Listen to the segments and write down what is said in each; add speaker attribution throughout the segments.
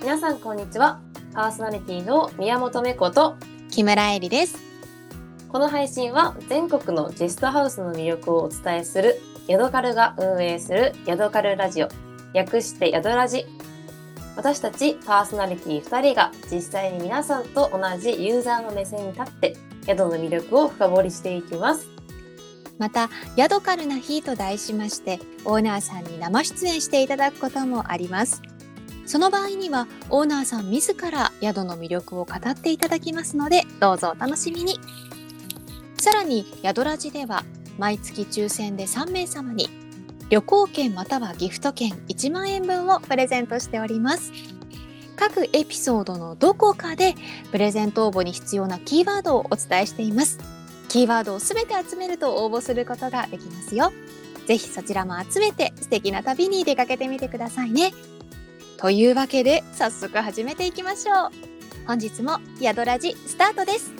Speaker 1: 皆さんこんにちはパーソナリティの宮本芽子と
Speaker 2: 木村えりです
Speaker 1: この配信は全国のゲストハウスの魅力をお伝えするヤドカルが運営するヤドカルラジオ略してヤドラジ私たちパーソナリティ2人が実際に皆さんと同じユーザーの目線に立って宿の魅力を深掘りしていきます
Speaker 2: また「ヤドカルな日」と題しましてオーナーさんに生出演していただくこともありますその場合にはオーナーさん自ら宿の魅力を語っていただきますのでどうぞお楽しみにさらに「宿ラジ」では毎月抽選で3名様に旅行券またはギフト券1万円分をプレゼントしております各エピソードのどこかでプレゼント応募に必要なキーワードをお伝えしていますキーワードをすべて集めると応募することができますよぜひそちらも集めて素敵な旅に出かけてみてくださいねというわけで早速始めていきましょう本日もヤドラジスタートです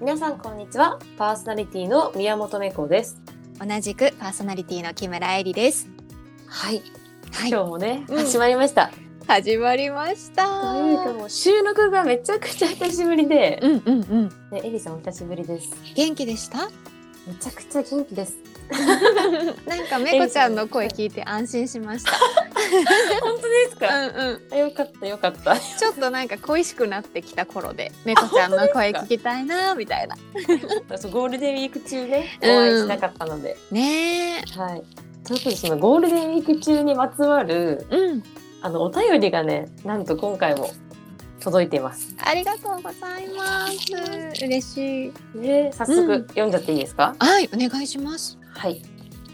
Speaker 1: 皆さんこんにちはパーソナリティの宮本芽子です
Speaker 2: 同じくパーソナリティの木村えりです
Speaker 1: はい
Speaker 2: はい
Speaker 1: 今日もね、
Speaker 2: うん
Speaker 1: 始まりました
Speaker 2: 始まりました
Speaker 1: なんかもう収録がめちゃくちゃ久しぶりで、
Speaker 2: うんうんうん
Speaker 1: ね、エリさんお久しぶりです
Speaker 2: 元気でした
Speaker 1: めちゃくちゃ元気 です
Speaker 2: なんかめこちゃんの声聞いて安心し まし
Speaker 1: 本当です
Speaker 2: た。うんうん。
Speaker 1: よかったよかった
Speaker 2: ちょっとなんか恋しくなってきた頃で、めこちゃんの声聞きたいなみたいな。
Speaker 1: そうゴールデンウィーク中ねお会いしなかったので、
Speaker 2: ねえ。
Speaker 1: はい特にそのゴールデンウィーク中にまつわる
Speaker 2: うん。
Speaker 1: あのお便りがねなんと今回も届いています
Speaker 2: ありがとうございます。嬉しい。
Speaker 1: ね早
Speaker 2: うん
Speaker 1: 速読んじゃっていいですか、
Speaker 2: はい、お願いします。
Speaker 1: はい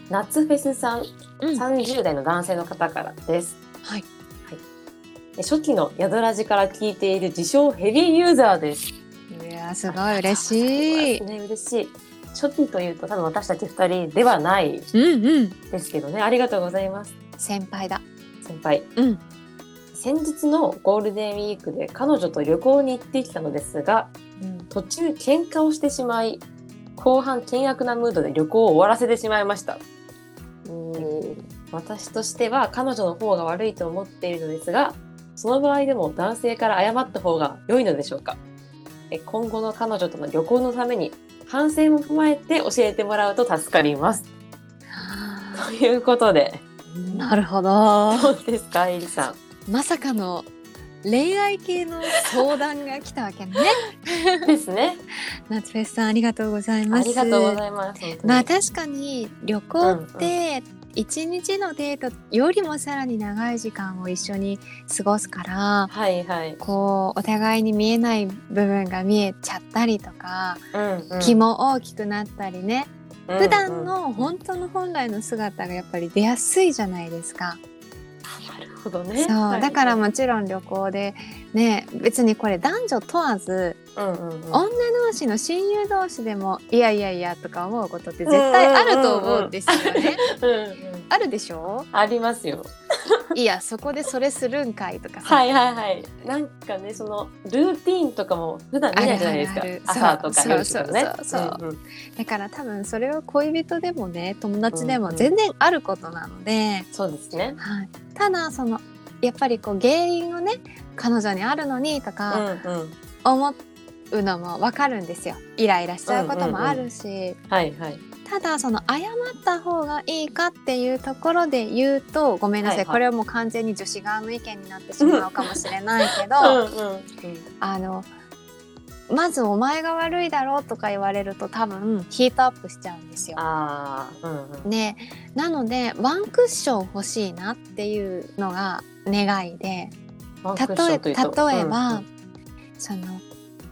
Speaker 1: 夏フェスさん
Speaker 2: うん。は
Speaker 1: 30代の男性の方からです
Speaker 2: い。
Speaker 1: え初期のヤドラジから聞いている自称ヘビーユーザーです
Speaker 2: いやーすごい嬉しい
Speaker 1: ありがとうございます。ね、嬉しい。初期というと多分私たち二人ではない
Speaker 2: うんうん。
Speaker 1: ですけどね。ありがとうございます。
Speaker 2: 先輩だ。
Speaker 1: 先輩。
Speaker 2: うん。
Speaker 1: 先日のゴールデンウィークで彼女と旅行に行ってきたのですが、
Speaker 2: うん。
Speaker 1: 途中喧嘩をしてしまい、後半険悪なムードで旅行を終わらせてしまいました。私としては彼女の方が悪いと思っているのですがその場合でも男性から謝った方が良いのでしょうかえ今後の彼女との旅行のために反省も踏まえて教えてもらうと助かります
Speaker 2: あ
Speaker 1: ということで
Speaker 2: ーなるほど。
Speaker 1: どうですかエリさん
Speaker 2: まさかの恋愛系の相談が来たわけ ね。
Speaker 1: ですね
Speaker 2: 夏フェスさんありがとうござい
Speaker 1: あ
Speaker 2: ます。
Speaker 1: りがとうございます本当に
Speaker 2: まあ確かに旅行って一日のデートよりもさらに長い時間を一緒に過ごすから
Speaker 1: はいはい
Speaker 2: こうお互いに見えない部分が見えちゃったりとか、
Speaker 1: うんうん
Speaker 2: 気も大きくなったりね、
Speaker 1: うん
Speaker 2: 普段
Speaker 1: うん
Speaker 2: の本当の本来の姿がやっぱり出やすいじゃないですか。
Speaker 1: なるほどね
Speaker 2: そう
Speaker 1: はい
Speaker 2: だからもちろん旅行でね別にこれ男女問わず
Speaker 1: うんうんうん
Speaker 2: 女同士の親友同士でもいやいやいやとか思うことって絶対あると思うんですよね。
Speaker 1: うんうん
Speaker 2: あるでしょ
Speaker 1: ありますよ
Speaker 2: いやそこでそれするんかいとかさ、
Speaker 1: はいはいはい。なんかね、そのルーティーンとかも普段見ないじゃないですか。
Speaker 2: あるあるあ
Speaker 1: 朝と
Speaker 2: る
Speaker 1: か
Speaker 2: そう
Speaker 1: 夜とかね。
Speaker 2: そうそうそうそ
Speaker 1: んん
Speaker 2: だから多分それは恋人でもね友達で
Speaker 1: うん
Speaker 2: も
Speaker 1: うん
Speaker 2: 全然あることなので、
Speaker 1: そうですね。
Speaker 2: はい、ただそのやっぱりこう原因をね彼女にあるのにと
Speaker 1: うん
Speaker 2: か
Speaker 1: うん。
Speaker 2: 思うのもわかるんですよイライラしちゃうこともあるし、
Speaker 1: はいはい。
Speaker 2: ただその謝った方がいいかっていうところで言うとごめんなさい、
Speaker 1: はいはい
Speaker 2: これはもう完全に女子側の意見になってしまうかもしれないけど。
Speaker 1: うんうん。
Speaker 2: あのまずお前が悪いだろうとか言われると多分ヒートアップしちゃうんですよ。
Speaker 1: ああ。うんうん。
Speaker 2: ね、なのでワンクッション欲しいなっていうのが願いで
Speaker 1: ワンク
Speaker 2: 例
Speaker 1: ッションとい
Speaker 2: え例え
Speaker 1: うと
Speaker 2: ば、その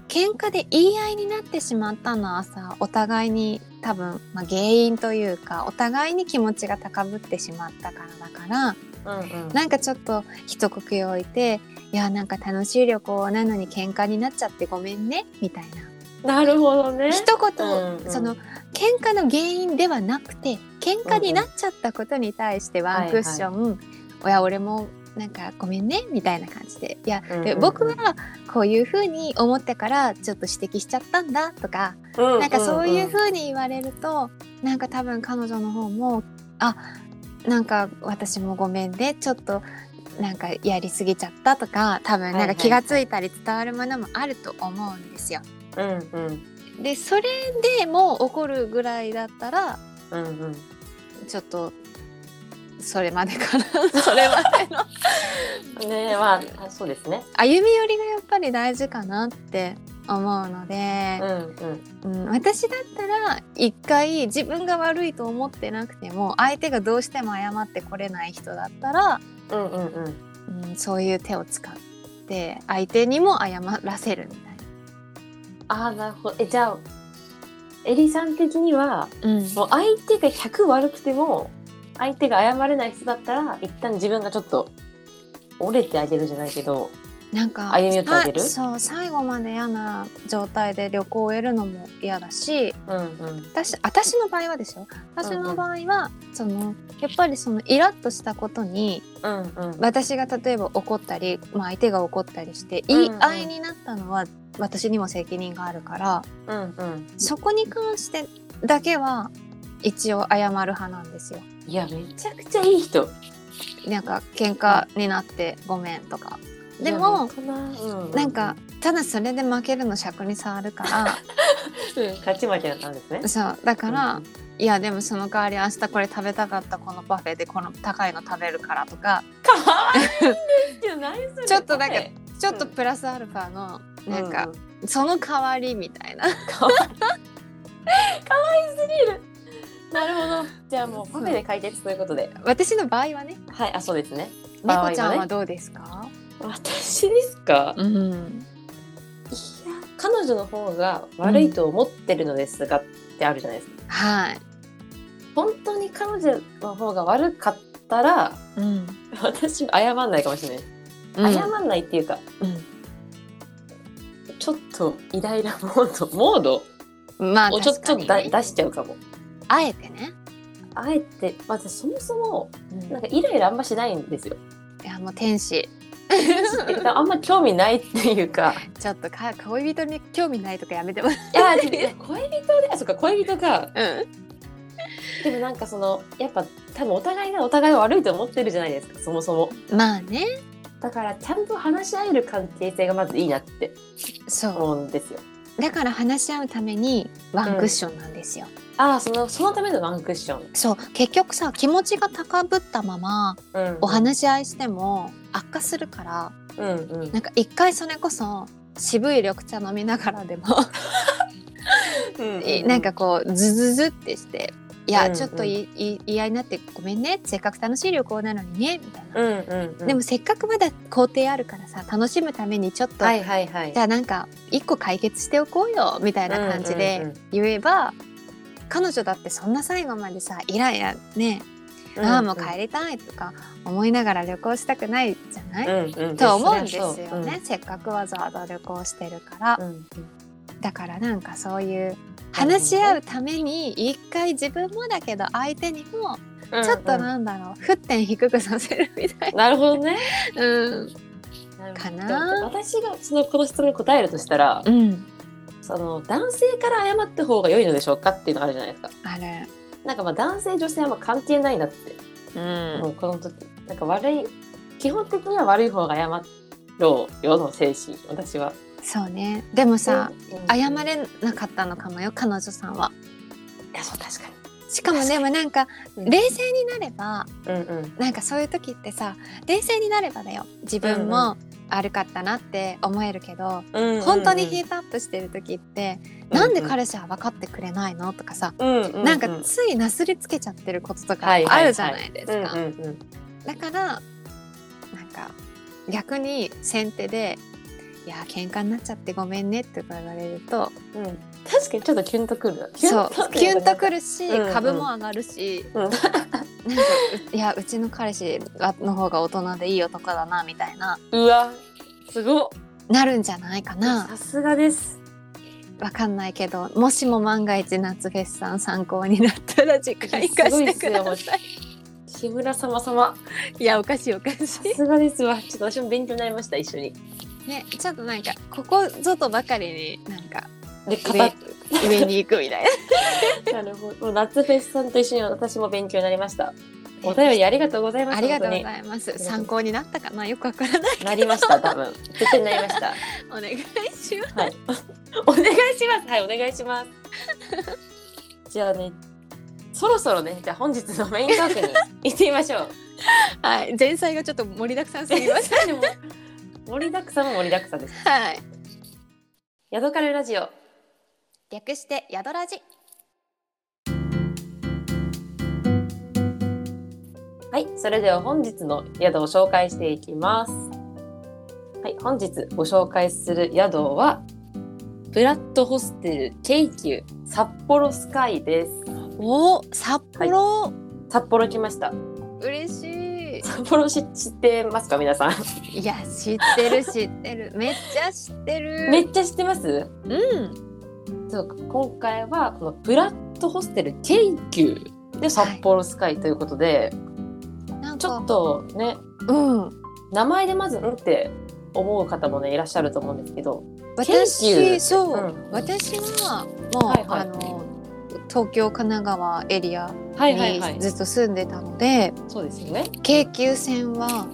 Speaker 2: 喧嘩で言い合いになってしまったのはさお互いに多分、まあ、原因というかお互いに気持ちが高ぶってしまったからだから、
Speaker 1: うんうん。
Speaker 2: なんかちょっと一呼吸置いて「いやなんか楽しい旅行なのに喧嘩になっちゃってごめんね」みたいな
Speaker 1: なるほどね。
Speaker 2: 一言、
Speaker 1: うんうん
Speaker 2: その喧嘩の原因ではなくて喧嘩になっちゃったことに対してワンクッション「おや俺もなんかごめんね」みたいな感じで「いや、
Speaker 1: うんうん
Speaker 2: で
Speaker 1: うん
Speaker 2: 僕はこういうふうに思ってからちょっと指摘しちゃったんだ」とかなんかそういうふうに言われるとなんか多分彼女の方もあなんか私もごめんでちょっとなんかやりすぎちゃったとか多分なんか気がついたり伝わるものもあると思うんですよ。
Speaker 1: うんうん
Speaker 2: でそれでもう怒るぐらいだったら
Speaker 1: うんうん
Speaker 2: ちょっとそれまでかな それまでの
Speaker 1: ねえまああそうですね
Speaker 2: 歩み寄りがやっぱり大事かなって思うので
Speaker 1: うん、うん
Speaker 2: うん私だったら一回自分が悪いと思ってなくても相手がどうしても謝ってこれない人だったら、
Speaker 1: うんうんうん
Speaker 2: うん、そういう手を使って相手にも謝らせるみたい
Speaker 1: ああなるほどえじゃあエリさん的には
Speaker 2: な。うん
Speaker 1: もう相手が100悪くても相手が謝れない人だったら一旦自分がちょっと折れてあげるじゃないけど
Speaker 2: なんか
Speaker 1: 歩み寄ってあげる
Speaker 2: さそう最後まで嫌な状態で旅行を終えるのも嫌だし
Speaker 1: うんうん
Speaker 2: 私私の場合はですよ私の場合は、そのやっぱりそのイラッとしたことに
Speaker 1: うんうん
Speaker 2: 私が例えば怒ったり、まあ、相手が怒ったりして言い
Speaker 1: うんうん
Speaker 2: 合いになったのは私にも責任があるから
Speaker 1: うんうん
Speaker 2: そこに関してだけは一応謝る派なんですよ。
Speaker 1: いやめちゃくちゃいい人
Speaker 2: なんか喧嘩になってごめんとかで
Speaker 1: いや
Speaker 2: も
Speaker 1: 本当な,、うん、
Speaker 2: なんかただそれで負けるの尺に触るから。
Speaker 1: うん勝ち負けだったんですね
Speaker 2: そうだから、
Speaker 1: うん
Speaker 2: いやでもその代わり明日これ食べたかったこのパフェでこの高いの食べるからとか
Speaker 1: かわいいんですよ何それ
Speaker 2: ちょっとなんか
Speaker 1: ね
Speaker 2: ちょっとプラスアルファのなん
Speaker 1: う
Speaker 2: か
Speaker 1: う、
Speaker 2: その代わりみたいな
Speaker 1: かわいいかわいすぎるなるほどじゃあもうパフェで解決ということで
Speaker 2: 私の場合はね
Speaker 1: はいあそうですね場合は
Speaker 2: 猫
Speaker 1: ね
Speaker 2: ちゃんはどうですか、
Speaker 1: 私ですか
Speaker 2: うん、
Speaker 1: いや彼女の方が悪いと思ってるのですが、ってあるじゃないですか
Speaker 2: はい、
Speaker 1: 本当に彼女の方が悪かったら
Speaker 2: うん
Speaker 1: 私謝んないかもしれない、謝んないっていうかちょっとイライラモードモード
Speaker 2: うん、まあ
Speaker 1: をちょ
Speaker 2: 確
Speaker 1: っと
Speaker 2: か
Speaker 1: 出
Speaker 2: に、ね、
Speaker 1: 出しちゃうかも
Speaker 2: あえてね、
Speaker 1: あえてまずそもそも
Speaker 2: うん
Speaker 1: なんかイライラあんましないんです よ
Speaker 2: いやもう天使
Speaker 1: あんま興味ないっていうか
Speaker 2: ちょっとか恋人に興味ないとかやめてもら
Speaker 1: いやでもね 恋人であそっか恋人か
Speaker 2: う、
Speaker 1: でもなんかそのやっぱ多分お互いがお互いを悪いと思ってるじゃないですかそもそも
Speaker 2: うん、まあね
Speaker 1: だからちゃんと話し合える関係性がまずいいなって
Speaker 2: そう
Speaker 1: 思うんですよ。
Speaker 2: だから話し合うためにワンクッションなんですよ、
Speaker 1: ああそのそのためのワンクッション。
Speaker 2: そう結局さ気持ちが高ぶったまま
Speaker 1: うん、
Speaker 2: お話し合いしても悪化するから
Speaker 1: うんうん
Speaker 2: なんか一回それこそ渋い緑茶飲みながらでも
Speaker 1: うん
Speaker 2: なんかこうズズズってして「いや、
Speaker 1: うんうん
Speaker 2: ちょっといい言い合いになってごめんねせっかく楽しい旅行なのにね」みたいな、
Speaker 1: うんうんうん
Speaker 2: でもせっかくまだ工程あるからさ楽しむためにちょっと、
Speaker 1: はいはいはい
Speaker 2: じゃあなんか一個解決しておこうよみたいな感じ
Speaker 1: うんう
Speaker 2: で
Speaker 1: ん
Speaker 2: 言えば、彼女だってそんな最後までさイライラね
Speaker 1: うん
Speaker 2: ああもう帰りたいとか思いながら旅行したくないじゃない、
Speaker 1: うんうん
Speaker 2: と思うんですよ
Speaker 1: そりゃ
Speaker 2: ね
Speaker 1: そう、
Speaker 2: せっかくわざわざ旅行してるから、
Speaker 1: うんうん
Speaker 2: だからなんかそういう話し合うために一回自分もだけど相手にも
Speaker 1: うん
Speaker 2: ちょっと
Speaker 1: うん
Speaker 2: なんだろう沸点低くさせるみたい
Speaker 1: なるほどね。
Speaker 2: な、うんかな
Speaker 1: 私がそのこの質問に答えるとしたら、
Speaker 2: うん、
Speaker 1: その男性から謝った方が良いのでしょうかっていうのがあるじゃないですか。
Speaker 2: あれ、
Speaker 1: なんかまあ男性女性はあんま関係ないなって
Speaker 2: うん
Speaker 1: もうこの時なんか悪い基本的には悪い方が謝ろうよの精神私は
Speaker 2: そうねでもさ、
Speaker 1: うん
Speaker 2: 謝
Speaker 1: い
Speaker 2: れなかったのかもよ彼女さんは。
Speaker 1: やそう確か
Speaker 2: しかもでもなんか
Speaker 1: うん
Speaker 2: 冷静になれば
Speaker 1: にうんうん
Speaker 2: なんかそういう時ってさ冷静になればだよ自分も悪かったなって思えるけど、
Speaker 1: うんうんうん
Speaker 2: 本当にヒートアップしてる時って、なんで彼氏は分かってくれないのとかさ、
Speaker 1: うんうん
Speaker 2: なんかついなすりつけちゃってることとか
Speaker 1: はいはいはい
Speaker 2: あるじゃないですか、
Speaker 1: うんうんうん
Speaker 2: だからなんか逆に先手で「いや喧嘩になっちゃってごめんね」とか言われると
Speaker 1: うん確かにちょっとキュンとくる
Speaker 2: そうキュンとく
Speaker 1: る
Speaker 2: るし、
Speaker 1: うんうん
Speaker 2: 株も上がるし、
Speaker 1: うん
Speaker 2: なんかういやうちの彼氏の方が大人でいい男だなみたいな
Speaker 1: うわすごっ
Speaker 2: なるんじゃないかな
Speaker 1: さすがです
Speaker 2: わかんないけどもしも万が一夏フェスさん参考になったら次回活かしてください。
Speaker 1: 木村様様
Speaker 2: いやおかしいおかし
Speaker 1: さすがですわちょっと私も勉強になりました一緒に
Speaker 2: い。ねちょっとなんかここぞとばかりになんか
Speaker 1: で
Speaker 2: 上
Speaker 1: 片
Speaker 2: 上に行くみたい
Speaker 1: な
Speaker 2: な。
Speaker 1: るほどもう夏フェスさんと一緒に私も勉強になりました お便りありがとうございました。
Speaker 2: ありがとうご
Speaker 1: 本
Speaker 2: ざいます。
Speaker 1: に
Speaker 2: 参考になったかなよくわからない
Speaker 1: 当になりました、多分。絶対なりま した。
Speaker 2: お願いします。
Speaker 1: はい。お願いします。はい、お願いします。じゃあね、そろそろね、じゃあ本日のメイントークに行ってみましょう。
Speaker 2: はい、前菜がちょっと盛りだくさんすぎます。
Speaker 1: でも盛りだくさんも盛りだくさんです。
Speaker 2: はい。
Speaker 1: ヤドカルラジオ。
Speaker 2: 略してヤドラジ。
Speaker 1: はい、それでは本日の宿を紹介していきます。はい、本日ご紹介する宿は、ブラッドホステル京急札幌スカイです。
Speaker 2: おー、札幌、
Speaker 1: 札幌来ました。
Speaker 2: 嬉し
Speaker 1: 札幌し知ってますか皆さん。
Speaker 2: い。いや、知ってる知っ てる。めっちゃ知ってる。
Speaker 1: めっちゃ知ってます
Speaker 2: うん。
Speaker 1: そう今回はこのブラッドホステル京急で札幌スカイということで、
Speaker 2: なん
Speaker 1: ちょ
Speaker 2: か
Speaker 1: っ、とね、
Speaker 2: うん。
Speaker 1: 名前でまずうんって思う方もねいらっしゃると思うんですけど、研
Speaker 2: 私、
Speaker 1: 究
Speaker 2: そう、
Speaker 1: うん
Speaker 2: 私はもう、
Speaker 1: はいはい
Speaker 2: あの東京神奈川エリア
Speaker 1: は
Speaker 2: にずっと住んでたので、
Speaker 1: そうですよね。
Speaker 2: 京急線は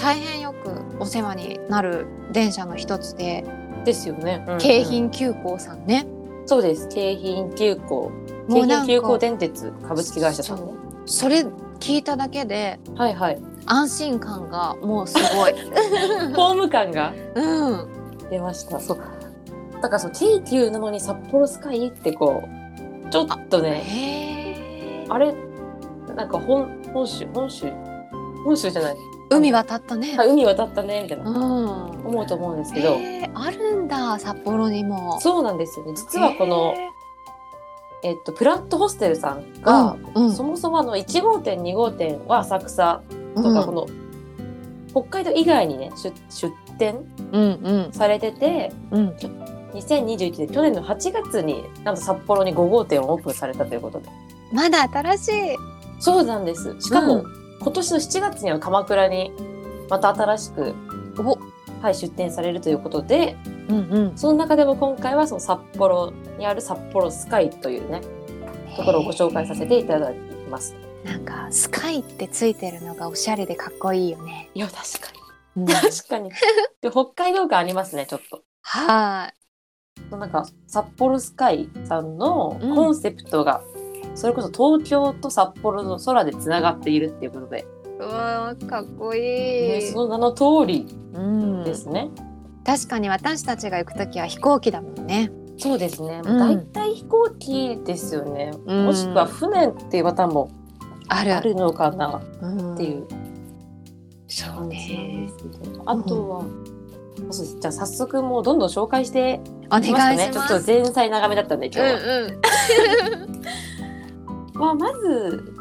Speaker 2: 大変よくお世話になる電車の一つで、
Speaker 1: ですよね。
Speaker 2: 京浜急行さんね。
Speaker 1: そうです。京浜急行。
Speaker 2: も
Speaker 1: 京
Speaker 2: うな
Speaker 1: 浜
Speaker 2: ん
Speaker 1: 急行
Speaker 2: か
Speaker 1: 電鉄株式会社さんね。
Speaker 2: それ聞いただけで
Speaker 1: はい はい。
Speaker 2: 安心感がもうす ごい。
Speaker 1: ホーム感が
Speaker 2: うん、
Speaker 1: 出ました。そう。だからそう京急なのに札幌スカイってこうちょっとね
Speaker 2: へー
Speaker 1: あれなんか本本州本州本州じゃない。
Speaker 2: 海渡ったね
Speaker 1: あ。海渡ったねみたいな
Speaker 2: うん。
Speaker 1: 思うと思うんですけど。
Speaker 2: へーあるんだ札幌にも。
Speaker 1: そうなんですよね。実はこの、
Speaker 2: へ
Speaker 1: えっと、プラットホステルさん
Speaker 2: ー
Speaker 1: が、
Speaker 2: うん
Speaker 1: そもそもあの1号店2号店は浅草
Speaker 2: う
Speaker 1: と
Speaker 2: ん
Speaker 1: か、この北海道以外にね出出店
Speaker 2: うんうん
Speaker 1: されてて
Speaker 2: うん。
Speaker 1: 2021年去年の8月になんと札幌に5号店をオープンされたということで
Speaker 2: まだ新しい。
Speaker 1: そうなんですしかも、
Speaker 2: う
Speaker 1: 今年の7月には鎌倉にまた新しく、
Speaker 2: お、
Speaker 1: はい、出店されるということで
Speaker 2: うんうん。
Speaker 1: その中でも今回はその札幌にある札幌スカイというねところをご紹介させていただきます。
Speaker 2: なんかスカイってついてるのがおしゃれでかっこいいよね。
Speaker 1: いや確かに
Speaker 2: う ん
Speaker 1: 確かにで北海道感ありますねちょっと。
Speaker 2: は
Speaker 1: なんか札幌スカイさんの
Speaker 2: うん
Speaker 1: コンセプトが、それこそ東京と札幌の空でつながっているっていうことで、
Speaker 2: い。うわーかっこいい。
Speaker 1: ねその名の通り
Speaker 2: うん
Speaker 1: ですね、
Speaker 2: 確かに私たちが行くときは飛行機だもんね。
Speaker 1: そうですね、
Speaker 2: うん
Speaker 1: だいたい飛行機ですよね、
Speaker 2: うん
Speaker 1: もしくは船っていうパターンも
Speaker 2: ある
Speaker 1: あるのかなってい
Speaker 2: うん。
Speaker 1: う
Speaker 2: そ
Speaker 1: 感じ
Speaker 2: う
Speaker 1: なん
Speaker 2: ね
Speaker 1: で。すけど、あとは、そうですじゃあ早速もうどんどん紹介して
Speaker 2: お願
Speaker 1: い
Speaker 2: い
Speaker 1: き
Speaker 2: し
Speaker 1: ますか
Speaker 2: ます。
Speaker 1: ねちょっと前菜長めだったんで今日は、
Speaker 2: うんうん。
Speaker 1: まあ、まず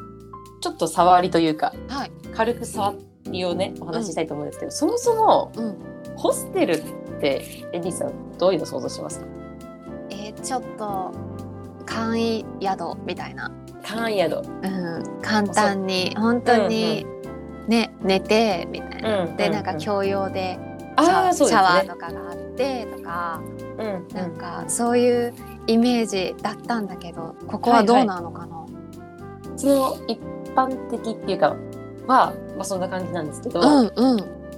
Speaker 1: ちょっと触りというか、
Speaker 2: はい
Speaker 1: 軽く触りをねお話ししたいと思うんですけど、そもそも
Speaker 2: うん、
Speaker 1: ホステルってエリーさんどういうの想像しますか
Speaker 2: えーちょっと簡易宿みたいな、
Speaker 1: 簡易宿、
Speaker 2: うん、簡単に本当に、ね寝てみたいな、でなんか
Speaker 1: 今日
Speaker 2: 共用でシャ
Speaker 1: あ
Speaker 2: ワ
Speaker 1: あそうです
Speaker 2: シャワー
Speaker 1: ね
Speaker 2: とかがあってとか、
Speaker 1: うんうん
Speaker 2: なんかそういうイメージだったんだけどここはどうなのかな、
Speaker 1: その一般的っていうかは、まあ、そんな感じなんですけど、
Speaker 2: うん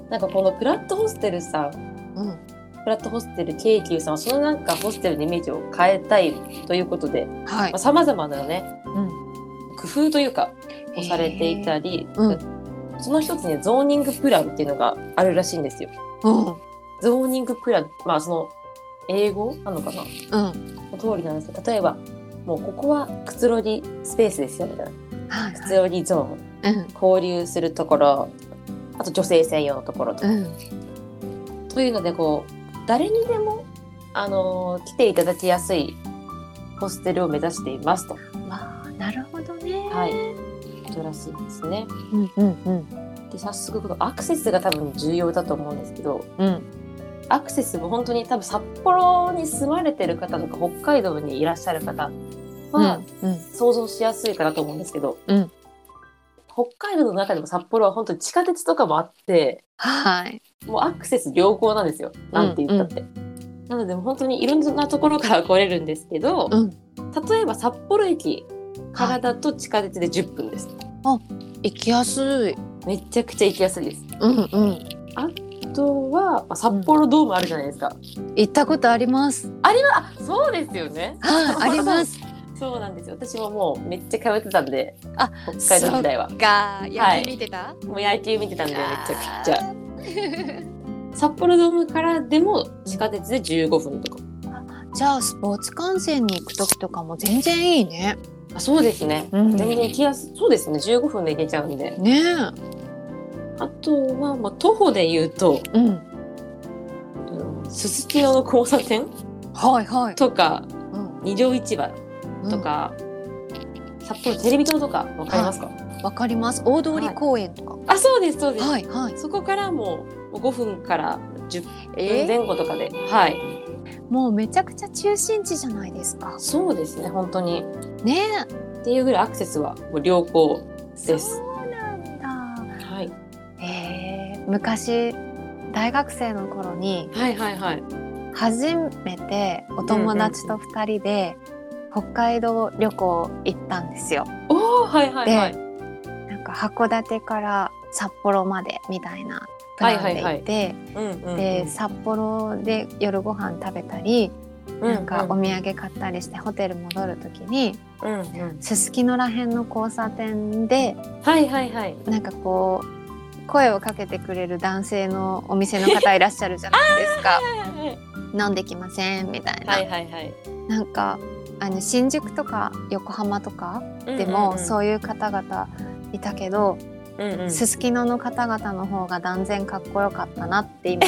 Speaker 1: なんかこのプラットホステルさん
Speaker 2: うん
Speaker 1: プラットホステル京急さんはそのなんかホステルのイメージを変えたいということで
Speaker 2: うんはい
Speaker 1: さまざ、まなね
Speaker 2: うん
Speaker 1: 工夫というかをされていたり、
Speaker 2: ーう
Speaker 1: その一つにゾーニングプランっていうのがあるらしいんですよ。
Speaker 2: うん
Speaker 1: ゾーニングプランまあその英語なのかな
Speaker 2: うん
Speaker 1: の通りなんですけど例えばもうここはくつろぎスペースですよみたいな
Speaker 2: はい
Speaker 1: くつろぎゾ
Speaker 2: うん
Speaker 1: ーン交流するところあと女性専用のところと,、
Speaker 2: うん
Speaker 1: というのでこう誰にでも、あのー来ていただきやすいホステルを目指していますと、
Speaker 2: まあなるほどね
Speaker 1: はい、ことらしいですね。
Speaker 2: うんうんうん
Speaker 1: で早速このアクセスが多分重要だと思うんですけど、
Speaker 2: うん
Speaker 1: アクセスも本当に多分札幌に住まれてる方とか北海道にいらっしゃる方は
Speaker 2: うん
Speaker 1: 想像しやすいかなと思うんですけど、
Speaker 2: うん
Speaker 1: 北海道の中でも札幌は本当に地下鉄とかもあって
Speaker 2: はい
Speaker 1: もうアクセス良好なんですよなんて言ったって。なのでもう本当にいろんなところから来れるんですけど、
Speaker 2: うん
Speaker 1: 例えば札幌駅からだと地下鉄で10分です。
Speaker 2: あ行きやすい。
Speaker 1: めちゃくちゃ行きやすいです。
Speaker 2: うんうん。
Speaker 1: あとは、まあ札幌ドームあるじゃないですか。
Speaker 2: 行ったことあります。
Speaker 1: あ、そうですよね。
Speaker 2: はい、あります。
Speaker 1: そうなんですよ。私ももうめっちゃ通ってたんで、
Speaker 2: あ、
Speaker 1: 北海道時代は。
Speaker 2: が、
Speaker 1: はい
Speaker 2: 野球見てた。
Speaker 1: もう野球見てたんで、めちゃくちゃ。
Speaker 2: ゃ。
Speaker 1: 札幌ドームからでも地下鉄で15分とか。
Speaker 2: じゃあスポーツ観戦に行く時とかも全然いいね。
Speaker 1: あ、そうですね。
Speaker 2: うん
Speaker 1: 全然行きやすそうですね。15分で行けちゃうんで。
Speaker 2: ね
Speaker 1: あとは、まあ、徒歩で言うと、
Speaker 2: え。うん。
Speaker 1: うんすすきのの交差点
Speaker 2: はいはい。
Speaker 1: とか、
Speaker 2: うん
Speaker 1: 二条市場と。か、札幌テレビ塔とかわかりますか、
Speaker 2: うんわかります。大通公園とか。
Speaker 1: あ、そうです、そうです。
Speaker 2: はいはい。
Speaker 1: そこからもう5分から10分
Speaker 2: え
Speaker 1: 前後とかで、はい。
Speaker 2: もうめちゃくちゃ中心地じゃないですか。
Speaker 1: そうですね、本当に。
Speaker 2: ね
Speaker 1: っていうぐらいアクセスはもう良好
Speaker 2: え。
Speaker 1: です。
Speaker 2: そうなんだ。
Speaker 1: はい、
Speaker 2: ええ昔大学生の頃に
Speaker 1: はいはいはい。
Speaker 2: 初めてお友達と二人で北海道旅行行ったんですよ。
Speaker 1: おおはいはいはい。
Speaker 2: なんか函館から札幌までみたいなプランで行って、
Speaker 1: うんうんうん
Speaker 2: で札幌で夜ご飯食べたり、
Speaker 1: うん
Speaker 2: なんかお土産買ったりしてホテル戻る時に
Speaker 1: うんうん
Speaker 2: すすきのらへんの交差点で
Speaker 1: はいはいはい。
Speaker 2: なんかこう声をかけてくれる男性のお店の方いらっしゃるじゃないです か飲んできませんみたいな、
Speaker 1: はいはいはい。
Speaker 2: なんかあの新宿とか横浜とかで
Speaker 1: うんうんう
Speaker 2: も
Speaker 1: ん
Speaker 2: そういう方々いたけど、
Speaker 1: うんうん
Speaker 2: すすきのの方々の方が断然かっこよかったなって今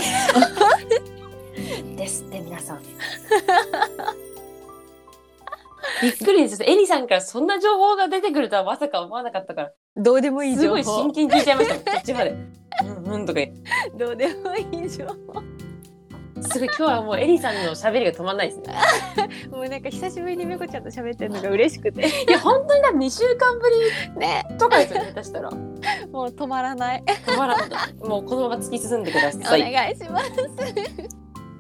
Speaker 1: ですって皆 さん。びっくりです。エリさんからそんな情報が出てくるとはまさか思わなかったから。
Speaker 2: どうでもい
Speaker 1: すごい真剣に聞いちゃいましたもん。こっちまで。うんうんとか言って。
Speaker 2: どうでもいい情報
Speaker 1: すごい今日はもうエリさんの喋りが止まらないですね。
Speaker 2: もうなんか久しぶりにめこちゃんと喋ってるのが嬉しく て
Speaker 1: いや本当にな2週間ぶり
Speaker 2: ね
Speaker 1: とかですよね。下手したら。
Speaker 2: もう止まらない
Speaker 1: 止まらないもうこのまま突き進んでくだ
Speaker 2: お
Speaker 1: さい。
Speaker 2: 願いし ます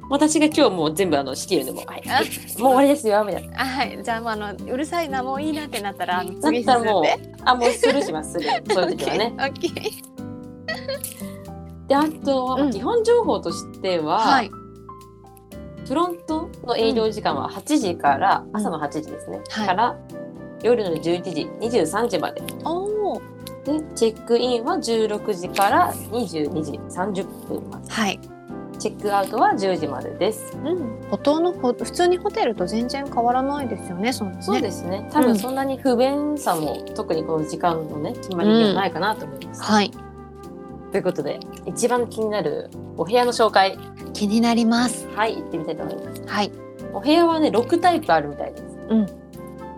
Speaker 1: 私が今日もう全部あの仕切るのも、はい、もう終わりですよみたいな。
Speaker 2: あはいじゃあもうあのうるさいなもういいなってなったらあの
Speaker 1: な
Speaker 2: 次
Speaker 1: っ
Speaker 2: 進んで
Speaker 1: たらもう、あ、もうスルーします、スルー。そういう 時はね。
Speaker 2: オッケーオッケー
Speaker 1: で、あとは、まあ
Speaker 2: うん
Speaker 1: 基本情報としては、
Speaker 2: はい
Speaker 1: フロントの営業時間は8時から、
Speaker 2: ん
Speaker 1: 朝の8時ですね、
Speaker 2: はい
Speaker 1: から夜の11時、23時まで。
Speaker 2: おお
Speaker 1: で、チェックインは16時から22時30分まで。
Speaker 2: はい
Speaker 1: チェックアウトは10時までです。
Speaker 2: うんほとんどほ普通にホテルと全然変わらないですよねそんなね
Speaker 1: そうですね。多分そんなに不便さも、特にこの時間のね、決まりにはないかなと思います。
Speaker 2: はい
Speaker 1: ということで一番気になるお部屋の紹介
Speaker 2: 気になります
Speaker 1: はい行ってみたいと思います
Speaker 2: はい
Speaker 1: お部屋はね6タイプあるみたいです、
Speaker 2: うん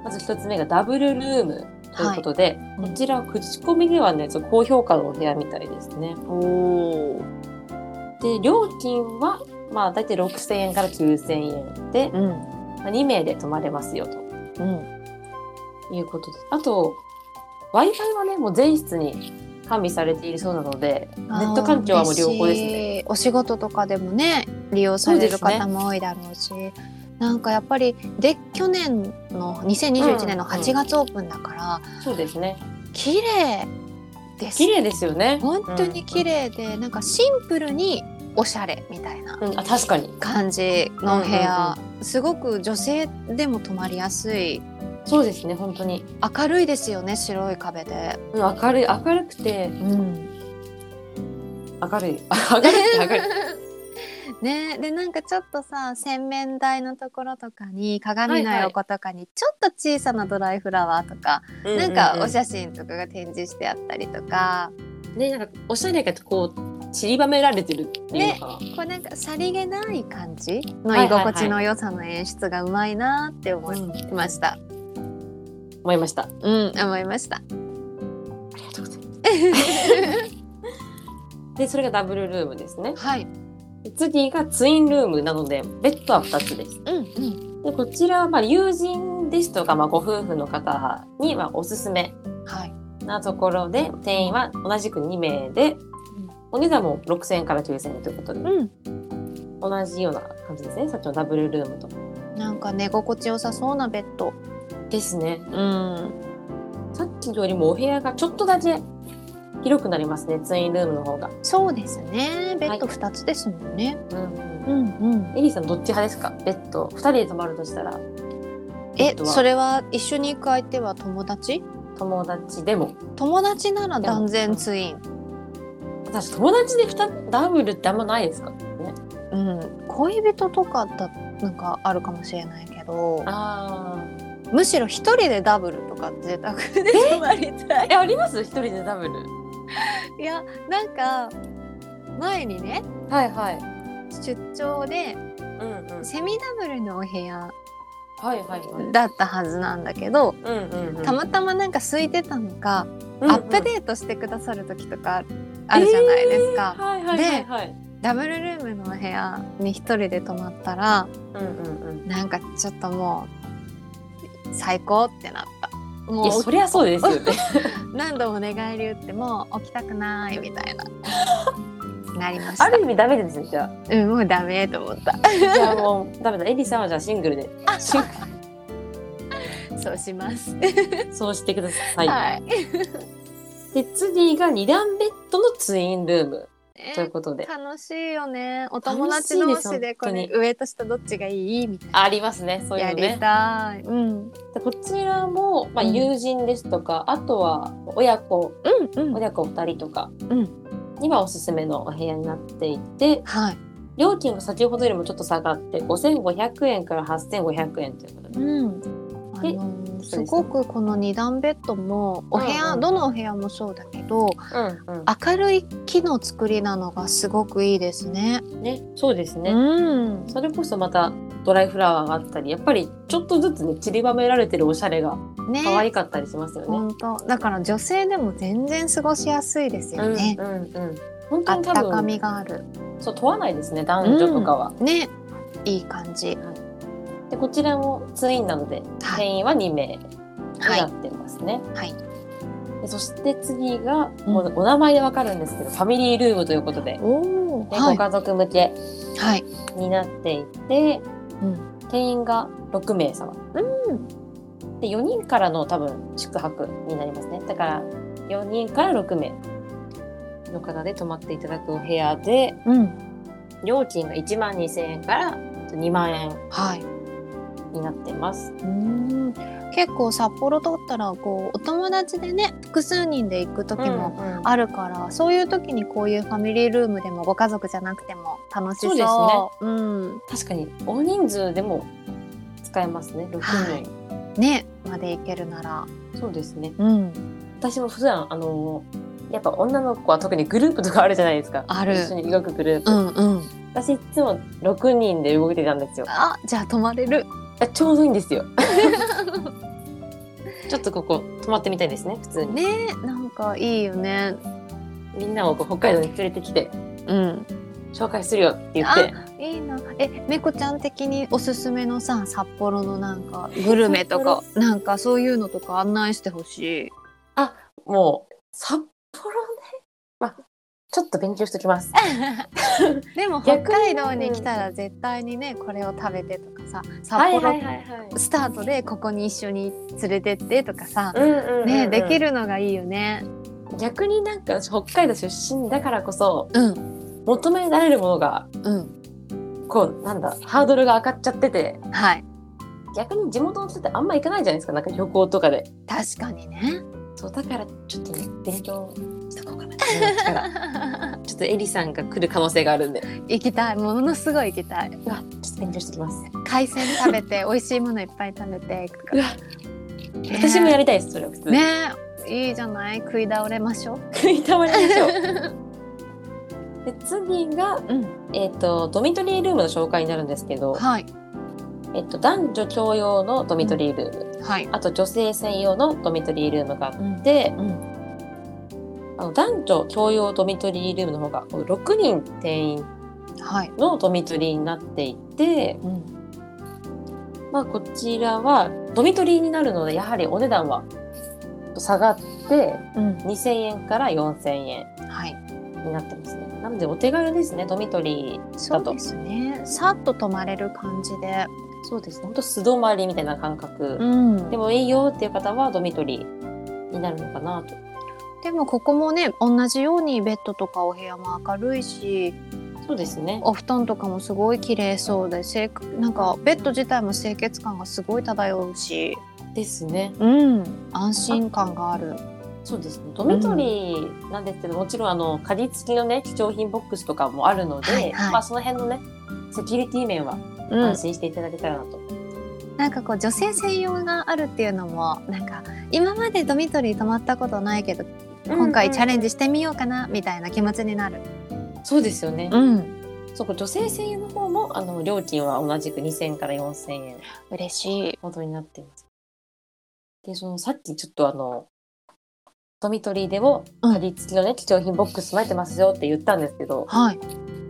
Speaker 1: まず一つ目がダブルルームということで、
Speaker 2: いうん
Speaker 1: こちらは口コミではねちょっと高評価のお部屋みたいですね
Speaker 2: おお
Speaker 1: で料金はまあ大体6000円から9000円で、
Speaker 2: うん
Speaker 1: まあ、2名で泊まれますよと
Speaker 2: うん
Speaker 1: いうことですあと w i f i はねもう全室に完備されているそうなのでネット環境はもう良好ですね
Speaker 2: ね。お仕事とかでもね利用される方も多いだろうしなんかやっぱりで去年の2021年の
Speaker 1: うんうん
Speaker 2: 8月オープンだから、
Speaker 1: そうですね
Speaker 2: 綺麗です
Speaker 1: 綺麗ですよね
Speaker 2: 本当に綺
Speaker 1: 麗、
Speaker 2: 麗で、なんかシンプルにおしゃれみたいな
Speaker 1: うんあ確かに
Speaker 2: 感じの部屋、すごく女性でも泊まりやすい
Speaker 1: そうですね本当に、
Speaker 2: 明るいですよね白い壁で。
Speaker 1: うん、明るい明るくて
Speaker 2: うん、
Speaker 1: 明るい 明るい明る い
Speaker 2: ねでなんかちょっとさ洗面台のところとかに鏡の横とかにちょっと小さなドライフラワーとか、なんかお
Speaker 1: ゃ
Speaker 2: 写真とかが展示してあったりとか、
Speaker 1: ねなんかおしゃれがこう散りばめられてるっていうのかな、
Speaker 2: こうなんかさりげない感じの居心地の良さの演出がうまいなって思いました。
Speaker 1: 思いましたあ
Speaker 2: うん、思いま した。
Speaker 1: りがとうございますでそれがダブルルームですね
Speaker 2: はい。
Speaker 1: で次がツインルームなのでベッドは2つです
Speaker 2: うんうん。
Speaker 1: でこちらはまあ友人ですとか、まあ、ご夫婦の方にはおすすめ
Speaker 2: はい。
Speaker 1: なところで定員は同じく2名でお値段も6000円から9000円ということで
Speaker 2: うん。
Speaker 1: 同じような感じですねさっきのダブルルームと
Speaker 2: なんか寝心地良さそうなベッド。
Speaker 1: ですね
Speaker 2: うん。
Speaker 1: さっき室よりもお部屋がちょっとだけ広くなりますねツインルームの方が。
Speaker 2: そうですね。ベッド二つですもんね。
Speaker 1: うん
Speaker 2: んうん。
Speaker 1: エリーさんどっち派ですかベッド2人で泊まるとしたらベ
Speaker 2: え
Speaker 1: ッド、は
Speaker 2: それは一緒に行く相手は友達？
Speaker 1: 友達でも
Speaker 2: 友達なら断然ツイン。
Speaker 1: 私友達で2ダブルってあんまないですか
Speaker 2: うん。恋人とかだなんかあるかもしれないけど、
Speaker 1: ああ
Speaker 2: むしろ一人でダブルとか贅沢で泊まりたい。
Speaker 1: えあります一人でダブル
Speaker 2: いやなんか前にね
Speaker 1: はいはい
Speaker 2: 出張で
Speaker 1: うんうん
Speaker 2: セミダブルのお部屋
Speaker 1: はいはいはい
Speaker 2: だったはずなんだけど、
Speaker 1: うんうんうん
Speaker 2: たまたまなんか空いてたのか、アップデートしてくださる時とかあ
Speaker 1: あ
Speaker 2: るじゃないですか、
Speaker 1: はいはいはいはい
Speaker 2: ダブルルームのお部屋に一人で泊まったら
Speaker 1: うんうんうん
Speaker 2: なんかちょっともう最高ってなった
Speaker 1: いや
Speaker 2: も
Speaker 1: そりゃそうですよね
Speaker 2: う何度も寝返り打ってもう起きたくないみた いななりまし
Speaker 1: あ
Speaker 2: た
Speaker 1: る意味ダメですねじゃあ
Speaker 2: うんもうダメと思った
Speaker 1: じゃあもうダメだエリーさんはじゃあシングルで シン
Speaker 2: そうします
Speaker 1: そうしてくださ、
Speaker 2: はいい、
Speaker 1: で次が2段ベッドのツインルーム
Speaker 2: え
Speaker 1: ということで
Speaker 2: 楽しいよねお友達同士でこ
Speaker 1: 楽しい
Speaker 2: れ
Speaker 1: です
Speaker 2: 上と下どっちがいいみたいな
Speaker 1: ありますねそういう
Speaker 2: や
Speaker 1: の
Speaker 2: り
Speaker 1: ね
Speaker 2: たい、うん
Speaker 1: でこちらも、まあ、
Speaker 2: うん
Speaker 1: 友人ですとか、あとは親子
Speaker 2: うんうん
Speaker 1: 親子2人とか
Speaker 2: うん
Speaker 1: にはおすすめのお部屋になっていて
Speaker 2: はい
Speaker 1: 料金が先ほどよりもちょっと下がって5500円から8500円ということで
Speaker 2: うんあ
Speaker 1: で
Speaker 2: のーすごくこの二段ベッドもお部
Speaker 1: うん
Speaker 2: 屋、
Speaker 1: うん
Speaker 2: どのお部屋もそうだけ
Speaker 1: うん
Speaker 2: ど
Speaker 1: うん
Speaker 2: 明るい木の作りなのがすごくいいですね。
Speaker 1: ね、そうですね、
Speaker 2: うん
Speaker 1: それこそまたドライフラワーがあったりやっぱりちょっとずつね散りばめられてるおしゃれが
Speaker 2: ね
Speaker 1: 可愛かったりしますよね。
Speaker 2: 本当だから女性でも全然過ごしやすいです
Speaker 1: う
Speaker 2: よ
Speaker 1: ん
Speaker 2: ね。
Speaker 1: うんうん本当
Speaker 2: あ
Speaker 1: に
Speaker 2: っ
Speaker 1: 多
Speaker 2: たか
Speaker 1: 分
Speaker 2: みがある。
Speaker 1: そう問わないですね男女とかは。
Speaker 2: ねいい感じ。
Speaker 1: でこちらもツインなので
Speaker 2: は
Speaker 1: 定
Speaker 2: い
Speaker 1: 員は2名に
Speaker 2: は
Speaker 1: ないってますね。
Speaker 2: はい
Speaker 1: でそして次が、
Speaker 2: うん
Speaker 1: もうお名前でわかるんですけどファミリールームということで、ね
Speaker 2: おおは
Speaker 1: ご家族向け
Speaker 2: いはい。
Speaker 1: になっていて
Speaker 2: うん
Speaker 1: 定員が6名様。
Speaker 2: ん
Speaker 1: で4人からの多分宿泊になりますねだから4人から6名の方で泊まっていただくお部屋で
Speaker 2: うん
Speaker 1: 料金が1万2000円から2万円
Speaker 2: はい。
Speaker 1: になってます。
Speaker 2: うん結構札幌だったらこうお友達でね複数人で行く時も
Speaker 1: うん
Speaker 2: あるからそういう時にこういうファミリールームでもご家族じゃなくても楽しそう
Speaker 1: そうですね
Speaker 2: うん、
Speaker 1: 確かに大人数でも使えますね6人、
Speaker 2: はいねまで行けるなら、
Speaker 1: そうですね
Speaker 2: うん、
Speaker 1: 私も普段あのやっぱ女の子は特にグループとかあるじゃないですか
Speaker 2: ある
Speaker 1: 一緒に動くグループ、
Speaker 2: うんうん
Speaker 1: 私いつも6人で動いてたんですよ
Speaker 2: あじゃあ泊まれる
Speaker 1: あちょうどいいん ですよちょっとここ泊まってみたいですね普通に
Speaker 2: ねなんかいいよね
Speaker 1: みんなをこう北海道に連れてきて
Speaker 2: うん
Speaker 1: 紹介するよって言って
Speaker 2: いいなえ猫ちゃん的におすすめのさ札幌のなんかグルメとかなんかそういうのとか案内してほしい
Speaker 1: もう札幌ねまあちょっと勉強してきます
Speaker 2: でも北
Speaker 1: 逆に
Speaker 2: 海道に来たら絶対にねこれを食べてとかさ札
Speaker 1: はいは
Speaker 2: 幌
Speaker 1: いはいはい
Speaker 2: スタートでここに一緒に連れてってとかさ、
Speaker 1: うんうんうんうん
Speaker 2: ねできるのがいいよね。
Speaker 1: 逆になんか北海道出身だからこそ
Speaker 2: うん
Speaker 1: 求められるものが
Speaker 2: うん
Speaker 1: こうなんだハードルが上がっちゃってて
Speaker 2: はい
Speaker 1: 逆に地元の人ってあんま行かないじゃないですかなんか旅行とかで
Speaker 2: 確かにね。
Speaker 1: そうだからちょっとね勉強しとこうかな今のうちから ちょっとエリさんが来る可能性があるんで
Speaker 2: 行きたいものすごい行きたい。
Speaker 1: うわちょっと勉強してきます
Speaker 2: 海鮮食べて美味しいものいっぱい食べてとか。
Speaker 1: うわ
Speaker 2: ね
Speaker 1: 私もやりたいですそれは普通に、
Speaker 2: ねいいじゃない食い倒れましょう。
Speaker 1: 食いたまりましょう で次が、
Speaker 2: うん
Speaker 1: えっとドミトリールームの紹介になるんですけど、
Speaker 2: はい
Speaker 1: えっと男女共用のドミトリールーム、
Speaker 2: はい。
Speaker 1: あと女性専用のドミトリールームがあ
Speaker 2: うん
Speaker 1: って
Speaker 2: うん
Speaker 1: あの男女共用ドミトリールームの方がこう6人定員
Speaker 2: はい。
Speaker 1: のドミトリーになっていて、
Speaker 2: うん
Speaker 1: まあ、こちらはドミトリーになるのでやはりお値段は下がって
Speaker 2: うん
Speaker 1: 2000円から4000円
Speaker 2: はい。
Speaker 1: になってますねなのでお手軽ですねドミトリー
Speaker 2: そうですね。さっと泊まれる感じで。
Speaker 1: そうですねほんと素泊まりみたいな感覚、
Speaker 2: ん
Speaker 1: で
Speaker 2: でも
Speaker 1: もいいよっていう方はドミトリーになるのかなと。
Speaker 2: でもここもね同じようにベッドとかお部屋も明るいし
Speaker 1: そうですね。
Speaker 2: お布団とかもすごい綺麗そうで清なんかベッド自体も清潔感がすごい漂うし、
Speaker 1: ですね。
Speaker 2: うん、安心感がある。
Speaker 1: そうですね。ドミトリーなんですけど、もちろんあの鍵付きのね貴重品ボックスとかもあるので、
Speaker 2: はいはい
Speaker 1: まあその辺のねセキュリティ面は
Speaker 2: う
Speaker 1: 安
Speaker 2: ん、
Speaker 1: 心していただけたらなと。
Speaker 2: なんかこう女性専用があるっていうのもなんか今までドミトリー泊まったことないけど今回チャレンジしてみようかなみたいな気持ちになる。
Speaker 1: そうですよね。
Speaker 2: うん、
Speaker 1: そうか女性専用の方もあの料金は同じく2000から4000円
Speaker 2: 嬉しい。
Speaker 1: ほどになっています。でそのさっきちょっとあのドミトリーでも
Speaker 2: うん
Speaker 1: 鍵付きのね貴重品ボックス巻いてますよって言ったんですけど、
Speaker 2: はい。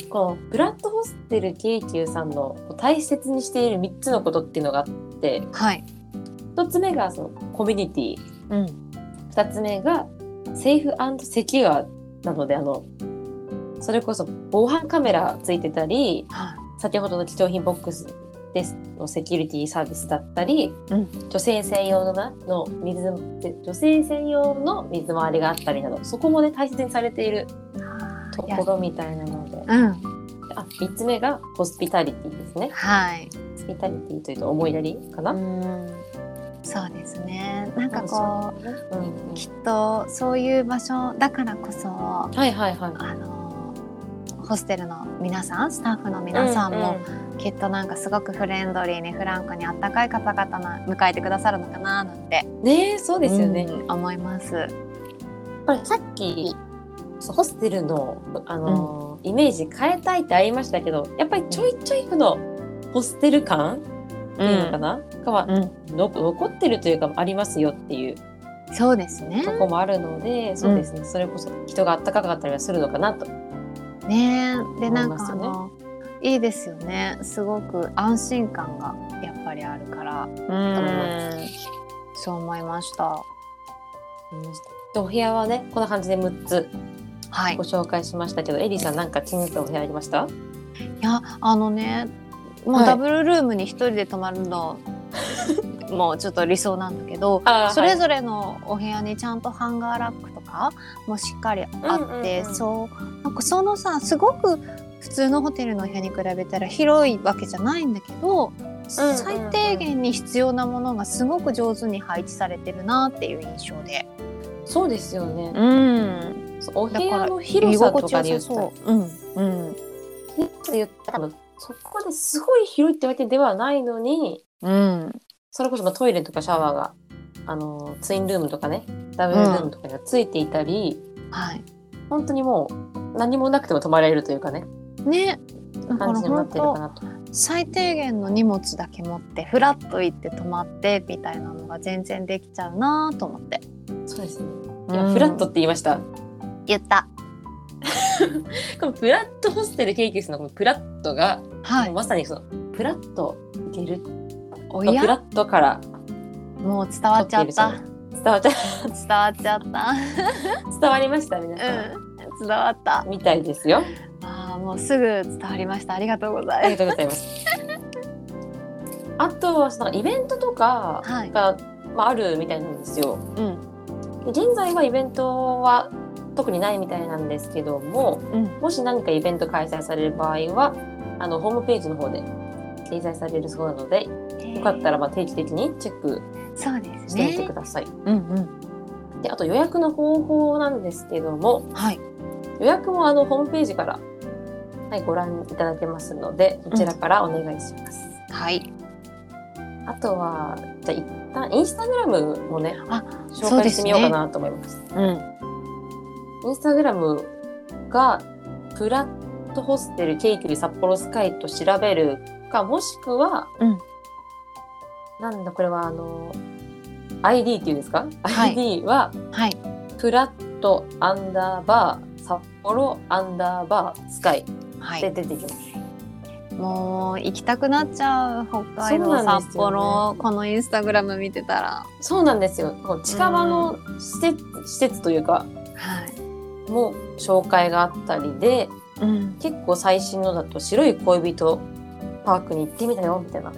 Speaker 1: このブラッドホステル KQ さんのこう大切にしている3つのことっていうのがあって
Speaker 2: はい。
Speaker 1: 1つ目がそのコミュニティ
Speaker 2: うん。
Speaker 1: 2つ目がセーフセキュアなのであのそれこそ防犯カメラついてたり
Speaker 2: は
Speaker 1: 先ほどの貴重品ボックスですのセキュリティサービスだったり、
Speaker 2: うん
Speaker 1: 女性専用のなの水女性専用の水回りがあったりなどそこもね大切にされていると
Speaker 2: いや
Speaker 1: ころみたいなので
Speaker 2: うん。
Speaker 1: あ3つ目がホスピタリティですね。
Speaker 2: はい。
Speaker 1: スピタリティというと思いやりかな。
Speaker 2: うん。そうですね。なんかこう。
Speaker 1: そうですねうんうん
Speaker 2: きっとそういう場所だからこそあ
Speaker 1: はいはいはい。
Speaker 2: のホステルの皆さんスタッフの皆さんも、きっとなんかすごくフレンドリーにフランクにあったかい方々な迎えてくださるのかななんて
Speaker 1: うんねえそうですよね。や
Speaker 2: うん思います。
Speaker 1: っぱりさっきそうホステルのあのーイメージ変えたいってありましたけど、やっぱりちょいちょいこのホステル感っていうのかな、がは
Speaker 2: うん
Speaker 1: の残ってるというかありますよっていう
Speaker 2: そうですね
Speaker 1: とこもあるので、そうですね。それこそ人が暖かかったりはするのかなと。
Speaker 2: ねで
Speaker 1: 思
Speaker 2: ないん
Speaker 1: ま
Speaker 2: か
Speaker 1: す
Speaker 2: あ
Speaker 1: よね
Speaker 2: のいいですよねすごく安心感がやっぱりあるからうんそう思いました。
Speaker 1: 思いましたでお部屋はねこんな感じで6つ
Speaker 2: はい
Speaker 1: ご紹介しましたけど、エリーさんなんか気に入ったお部屋ありました
Speaker 2: いやあのねも
Speaker 1: は
Speaker 2: う
Speaker 1: い
Speaker 2: ダブルルームに一人で泊まる の、もうちょっと理想なんだけど
Speaker 1: あー
Speaker 2: それぞれのお部屋にちゃんとハンガーラックとかもしっかりあって、
Speaker 1: うんうんうん
Speaker 2: そうなんかそのさすごく普通のホテルのお部屋に比べたら広いわけじゃないんだけど、最低限に必要なものがすごく上手に配置されてるなっていう印象で。
Speaker 1: そうですよね。
Speaker 2: うん、
Speaker 1: そうお部屋の広さとかで言ったら
Speaker 2: う。うん、うん、
Speaker 1: 広さで言ったらそこですごい広いってわけではないのに
Speaker 2: うん、
Speaker 1: それこそまあトイレとかシャワーがあのツインルームとかねダブルルームとかにはついていたり、
Speaker 2: はい。
Speaker 1: 本当にもう何もなくても泊まれるというかね
Speaker 2: ねだから
Speaker 1: 感じになっ
Speaker 2: 本
Speaker 1: てるか
Speaker 2: 当
Speaker 1: なと。
Speaker 2: 最低限の荷物だけ持ってフラッと行って泊まってみたいなのが全然できちゃうなと思って
Speaker 1: そうですね。いや、
Speaker 2: うん
Speaker 1: フラットって言いました。
Speaker 2: 言った
Speaker 1: このフラットホステルケーキスのこのフラットが、
Speaker 2: はい
Speaker 1: もうまさにそのフラットいける
Speaker 2: お
Speaker 1: フ
Speaker 2: や
Speaker 1: ラットから
Speaker 2: もう伝わっちゃった伝
Speaker 1: 伝わっちゃ
Speaker 2: わっちゃった
Speaker 1: 伝わりました皆さん。
Speaker 2: うん伝わった
Speaker 1: みたいですよ。
Speaker 2: あーもうすぐ伝わりましたありがとうござ
Speaker 1: ありが
Speaker 2: い
Speaker 1: とうございます。あとはそのイベントとか
Speaker 2: はい
Speaker 1: が、まあ、あるみたいなんですよ。
Speaker 2: ますうん
Speaker 1: で現在はイベントは特にないみたいなんですけども、
Speaker 2: うん
Speaker 1: もし何かイベント開催される場合は、あのホームページの方で掲載されるそうなので、よかったらまあ定期的にチェック
Speaker 2: そうで
Speaker 1: し
Speaker 2: す
Speaker 1: てみて
Speaker 2: ね
Speaker 1: ください。
Speaker 2: うんうん
Speaker 1: で、あと予約の方法なんですけども、
Speaker 2: はい
Speaker 1: 予約もあのホームページから、はい、ご覧いただけますので、そちらからお願いします。
Speaker 2: はい
Speaker 1: あとは、じゃあ一旦インスタグラムもね
Speaker 2: あ、
Speaker 1: 紹
Speaker 2: そう
Speaker 1: 介し
Speaker 2: で
Speaker 1: て
Speaker 2: す
Speaker 1: み
Speaker 2: ね
Speaker 1: ようかなと思います。
Speaker 2: うん
Speaker 1: インスタグラムが、プラットホステルケイキュリ札幌スカイと調べるか、もしくは、
Speaker 2: うん
Speaker 1: なんだこれは、あの、ID っていうんですか、
Speaker 2: はい
Speaker 1: ?ID は、
Speaker 2: はい
Speaker 1: プラットアンダーバー札幌アンダーバースカイ
Speaker 2: は
Speaker 1: で
Speaker 2: い
Speaker 1: 出てきます。
Speaker 2: もう行きたくなっちゃう北海
Speaker 1: そう
Speaker 2: 道、
Speaker 1: なんですよね
Speaker 2: 札幌このインスタグラム見てたら
Speaker 1: そうなんですよ。こう近場の施設施設というか、
Speaker 2: はい
Speaker 1: も紹介があったりで、
Speaker 2: うん、
Speaker 1: 結構最新のだと白い恋人パークに行ってみたよみたいな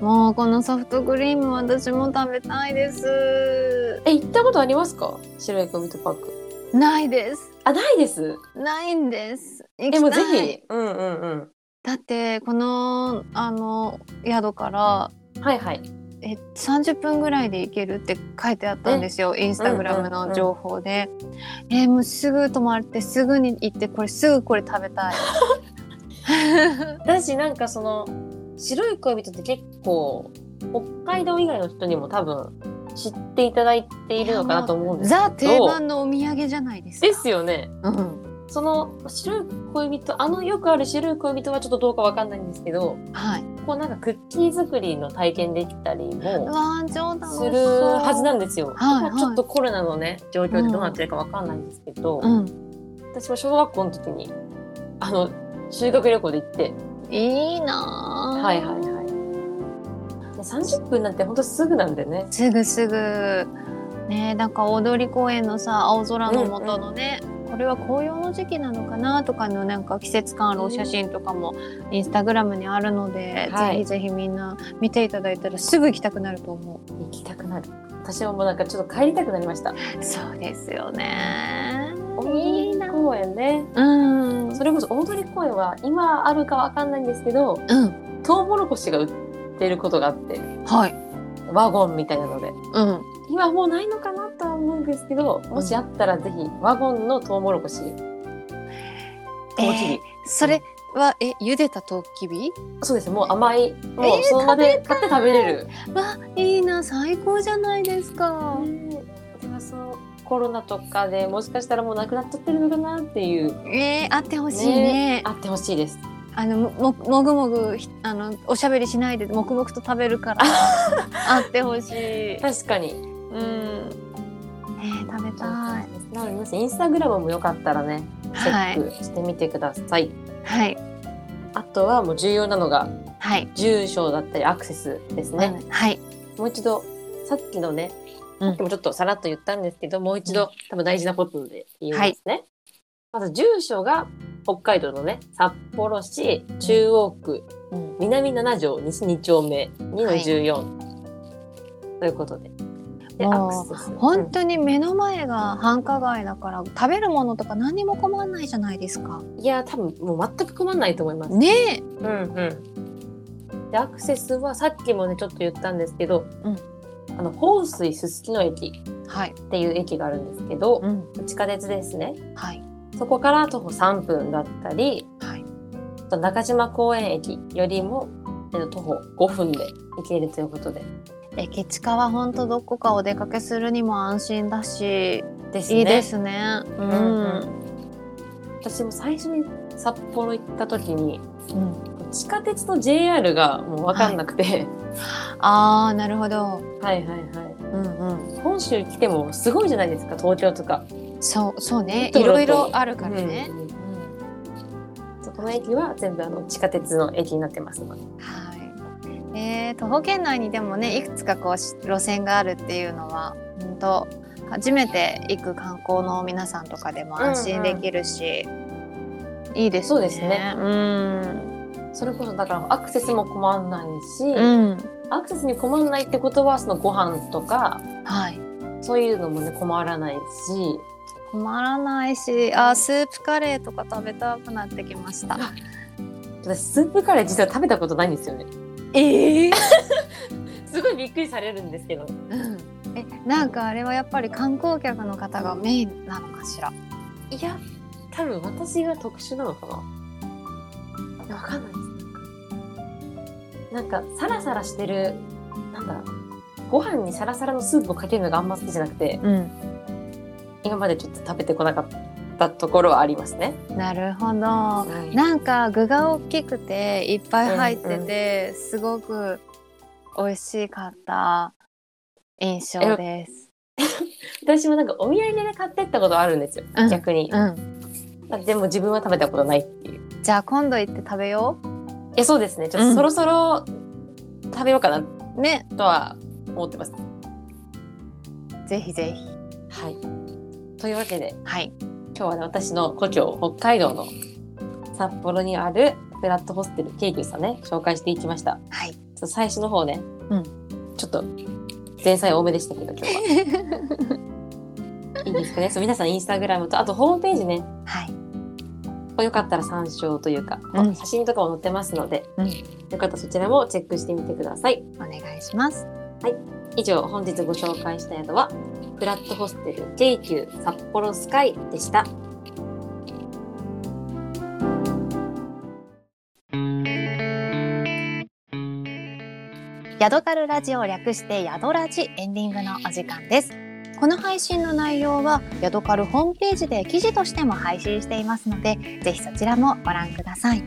Speaker 2: もうこのソフトクリーム私も食べたいです
Speaker 1: え、行ったことありますか白い恋人パーク。
Speaker 2: ないです
Speaker 1: あ、ないです。
Speaker 2: ないんです行きた
Speaker 1: え、
Speaker 2: い
Speaker 1: もうぜひ。うんうん
Speaker 2: だってこのあの宿から
Speaker 1: うん。はいはい。
Speaker 2: え30分ぐらいで行けるって書いてあったんですよインスタグラムの情報で、えーもうすぐ泊まってすぐに行ってこれすぐこれ食べたい
Speaker 1: だし、なんかその、白い恋人って結構、北海道以外の人にも多分、知っていただいているのかなと思うんです
Speaker 2: ザ定番のお土産じゃないですか
Speaker 1: ですよね。
Speaker 2: うん
Speaker 1: その白い恋人あのよくある白い恋人はちょっとどうかわかんないんですけど
Speaker 2: はい、
Speaker 1: こうなんかクッキー作りの体験できたり
Speaker 2: う
Speaker 1: も
Speaker 2: わー超楽し
Speaker 1: す
Speaker 2: そう
Speaker 1: るはずなん
Speaker 2: で
Speaker 1: ですよ。
Speaker 2: はいはい
Speaker 1: まあちょっとコロナのね状況でどうなってるかわかんないんですけど、
Speaker 2: うん、
Speaker 1: 私は小学校の時にあの修学旅行で行って
Speaker 2: いいなー
Speaker 1: はいはいはい。で30分なんてほんとすぐなんでね。
Speaker 2: すぐすぐねなんか大通公園のさ青空の下のね、これは紅葉の時期なのかなとかのなんか季節感あるお写真とかもインスタグラムにあるので、
Speaker 1: はい
Speaker 2: ぜひぜひみんな見ていただいたらすぐ行きたくなると思
Speaker 1: 行きたくなる。私はもうなんかちょっと帰りたくなりました。
Speaker 2: うそうですよねい
Speaker 1: 大
Speaker 2: い
Speaker 1: 通
Speaker 2: な
Speaker 1: 公園ね。
Speaker 2: うんうん
Speaker 1: それこそ大通公園は今あるかわかんないんですけど、トウモロコシが売ってることがあって
Speaker 2: はい
Speaker 1: ワゴンみたいなので
Speaker 2: うん
Speaker 1: 今もうないのかなとは思うんですけどもしあったらぜひワゴンのトウモロコシトウキビ、
Speaker 2: えーそれはえ茹でたトウキビ
Speaker 1: そうですもう甘いも
Speaker 2: えー
Speaker 1: うその場で買って食べれる、
Speaker 2: わいいな最高じゃないですか
Speaker 1: ではそのコロナとかでもしかしたらもうなくなっちゃってるのかなっていう
Speaker 2: えー、あってほしいね
Speaker 1: あってほしいです
Speaker 2: あのももぐもぐひあのおしゃべりしないで黙々と食べるからあってほしい。え
Speaker 1: 確かにうん
Speaker 2: ー食べたい。
Speaker 1: なので皆さんインスタグラムもよかったらねチェ
Speaker 2: はい
Speaker 1: ックしてみてください、
Speaker 2: はい
Speaker 1: あとはもう重要なのが
Speaker 2: はい、
Speaker 1: 住所だったりアクセスですね、
Speaker 2: うんはい
Speaker 1: もう一度さっきのね
Speaker 2: うん
Speaker 1: さっきもちょっとさらっと言ったんですけど、もう一度、
Speaker 2: うん
Speaker 1: 多分大事なことで言いますね、まず住所が北海道のね札幌市中央区、
Speaker 2: うん
Speaker 1: 南7条西2丁目2の14、ということででア
Speaker 2: も
Speaker 1: クセス
Speaker 2: う本当に目の前が繁華街だから食べるものとか何にも困んないじゃないです
Speaker 1: う
Speaker 2: か。
Speaker 1: んいや多分もう全く困んないと思います、
Speaker 2: ねえ
Speaker 1: うんうんでアクセスはさっきもねちょっと言ったんですけど、
Speaker 2: うん
Speaker 1: あの豊水すすきの駅
Speaker 2: はい、
Speaker 1: っていう駅があるんですけど、
Speaker 2: ん、
Speaker 1: 地下鉄ですね
Speaker 2: はい
Speaker 1: そこから徒歩3分だったり、
Speaker 2: はい
Speaker 1: あと中島公園駅よりもえっと徒歩5分で行けるということで
Speaker 2: 駅近は本当どこかお出かけするにも安心だし、
Speaker 1: ですね
Speaker 2: いいですね。う
Speaker 1: うん
Speaker 2: ん、
Speaker 1: 私も最初に札幌行った時に
Speaker 2: うん、
Speaker 1: 地下鉄と JR がもう分かんなくて、
Speaker 2: ああなるほ
Speaker 1: は
Speaker 2: ど。
Speaker 1: い、はいはい
Speaker 2: うんうん。
Speaker 1: 本州来てもすごいじゃないですか東京とか
Speaker 2: そうそうね
Speaker 1: ちょ
Speaker 2: い
Speaker 1: っと
Speaker 2: ろいろあるからね。
Speaker 1: うんそうこの駅は全部あの地下鉄の駅になってますので
Speaker 2: はい。えー、徒歩圏内にでもねいくつかこうし路線があるっていうのは本当初めて行く観光の皆さんとかでも安心できるし、いいですね。
Speaker 1: そうですね。
Speaker 2: うん。
Speaker 1: それこそだからアクセスも困んないし、
Speaker 2: うん。
Speaker 1: アクセスに困んないってことはそのご飯とか
Speaker 2: はい。
Speaker 1: そういうのもね困らないし
Speaker 2: 困らないし、あースープカレーとか食べたくなってきました。
Speaker 1: 私スープカレー実は食べたことないんですよね
Speaker 2: ええ
Speaker 1: すごいびっくりされるんですけど
Speaker 2: うん。え、なんかあれはやっぱり観光客の方がメインなのかしら。
Speaker 1: いや多分私が特殊なのかな分かんないですなんかサラサラしてるなんだご飯にサラサラのスープをかけるのがあんま好きじゃなくて
Speaker 2: うん。
Speaker 1: 今までちょっと食べてこなかったところはありますね、
Speaker 2: なるほど。
Speaker 1: はい
Speaker 2: なんか具が大きくていっぱい入ってて、すごく美味しかった印象です。
Speaker 1: 私もなんかお土産で買ってったことあるんですよ、
Speaker 2: うん
Speaker 1: 逆に、
Speaker 2: うん。
Speaker 1: でも自分は食べたことないっていう
Speaker 2: じゃあ今度行って食べよ
Speaker 1: いやそうですねちょっ
Speaker 2: う
Speaker 1: と
Speaker 2: ん
Speaker 1: そろそろ食べようかな
Speaker 2: う。ね、
Speaker 1: とは思ってます、
Speaker 2: ぜひぜひ。
Speaker 1: はいというわけで
Speaker 2: はい。
Speaker 1: 今日はね私の故郷北海道の札幌にあるフラットホステルケイキューさんね紹介していきました
Speaker 2: はい。
Speaker 1: ちょっと最初の方ね、
Speaker 2: うん
Speaker 1: ちょっと前菜多めでしたけど今日 はいいですかねそう皆さんインスタグラムとあとホームページね
Speaker 2: はい。
Speaker 1: これよかったら参照というか、
Speaker 2: うん
Speaker 1: 写真とかも載ってますので、
Speaker 2: うん
Speaker 1: よかったらそちらもチェックしてみてください
Speaker 2: お願いします。
Speaker 1: 以上本日ご紹介した宿はフラットホステル JQ 札幌スカイでした
Speaker 2: ヤドカルラジオ略してヤドラジエンディングのお時間です。この配信の内容はヤドカルホームページで記事としても配信していますので、ぜひそちらもご覧ください。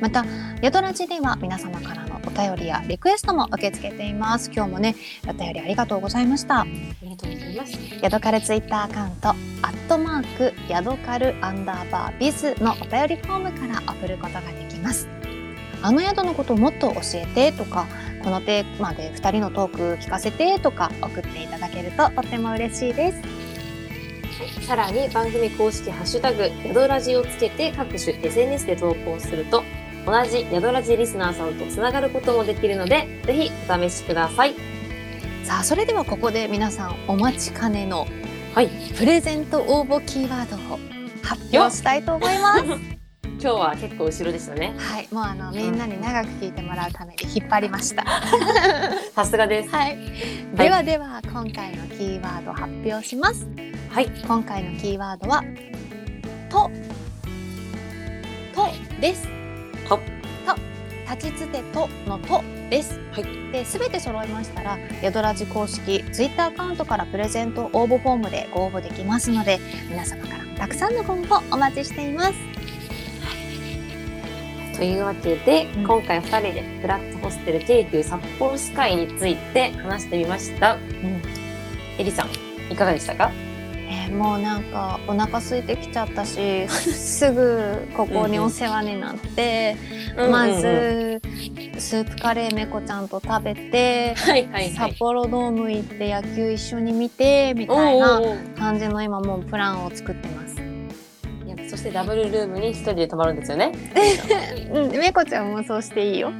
Speaker 2: また、ヤドラジでは皆様からのお便りやリクエストも受け付けています。今日もね、お便りありがとうございました。
Speaker 1: ありがとうございます
Speaker 2: ヤドカルツイッターアカウント、アットマーク、ヤドカルアンダーバービズのお便りフォームから送ることができます。あの宿のことをもっと教えてとか、このテーマで2人のトーク聞かせてとか送っていただけるととても嬉しいです。
Speaker 1: さらに番組公式ハッシュタグ、ヤドラジをつけて各種 SNS で投稿すると、同じヤドラジリスナーさんとつながることもできるので、ぜひお試しください。
Speaker 2: さあ、それではここで皆さんお待ちかねの
Speaker 1: はい。
Speaker 2: プレゼント応募キーワードを発表したいと思います。
Speaker 1: 今日は結構後ろでしたね。
Speaker 2: はい、もうあのみんなに長く聞いてもらうために引っ張りました。
Speaker 1: さすがです。
Speaker 2: はい。ではでは今回のキーワード発表します。
Speaker 1: はい。
Speaker 2: 今回のキーワードはととです。
Speaker 1: と
Speaker 2: 立ちつてとのとです。。
Speaker 1: はい
Speaker 2: で全て揃いましたらヤドラジ公式ツイッターアカウントからプレゼント応募フォームでご応募できますので皆様からたくさんのご応募お待ちしています。
Speaker 1: というわけで、
Speaker 2: うん
Speaker 1: 今回2人でフラットホステル KQ 札幌スカイについて話してみました。
Speaker 2: ん
Speaker 1: エリさん、いかがでしたか
Speaker 2: えーもうなんかお腹空いてきちゃったし すぐここにお世話になって。ま
Speaker 1: うんうんうん
Speaker 2: ずスープカレーめこちゃんと食べて、
Speaker 1: はいはいはい
Speaker 2: 札。幌ドーム行って野球一緒に見てみ
Speaker 1: お
Speaker 2: たい
Speaker 1: ー
Speaker 2: な
Speaker 1: おー
Speaker 2: 感じの今もうプランを作ってます。
Speaker 1: おーいやそしてダブルルームに一人で泊まるんですよね。
Speaker 2: うん、めこちゃんもそうしていいよ。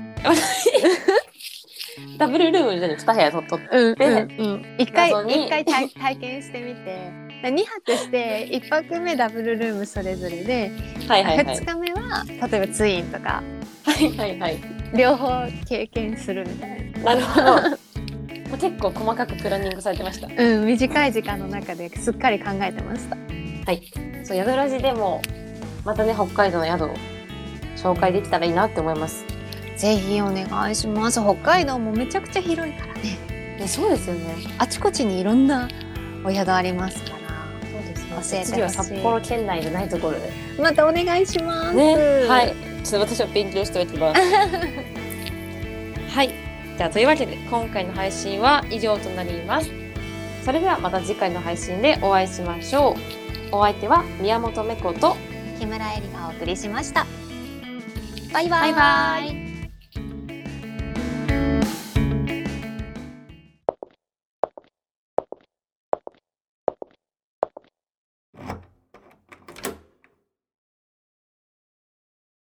Speaker 1: ダブルルームに2部屋と取っ
Speaker 2: うん、うん、
Speaker 1: で
Speaker 2: うん。一回
Speaker 1: 謎に
Speaker 2: 一回体 体験してみて、二泊して一泊目ダブルルームそれぞれで、
Speaker 1: はいはいはい
Speaker 2: 二。日目は例えばツインとか
Speaker 1: はいはいはい。
Speaker 2: 両方経験するみたい
Speaker 1: な
Speaker 2: な。
Speaker 1: るほど。もう結構細かくプランニングされてました。
Speaker 2: うん、短い時間の中ですっかり考えてました。
Speaker 1: そう、宿ラジでも、またね、北海道の宿を紹介できたらいいなって思います。
Speaker 2: ぜひお願いします。北海道もめちゃくちゃ広いからね。
Speaker 1: ね、そうですよね。
Speaker 2: あちこちにいろんなお宿ありますから。
Speaker 1: そうです
Speaker 2: 教えてほしい
Speaker 1: 次は札幌県内じゃないところで。
Speaker 2: またお願いします。
Speaker 1: ね。はい。。ちょっと私は勉強しておいてます。 はい。じゃあ、というわけで、今回の配信は以上となります。それではまた次回の配信でお会いしましょう。お相手は宮本芽子と
Speaker 2: 木村えりがお送りしました。バイバ
Speaker 1: バ
Speaker 2: イ。
Speaker 1: イバイ。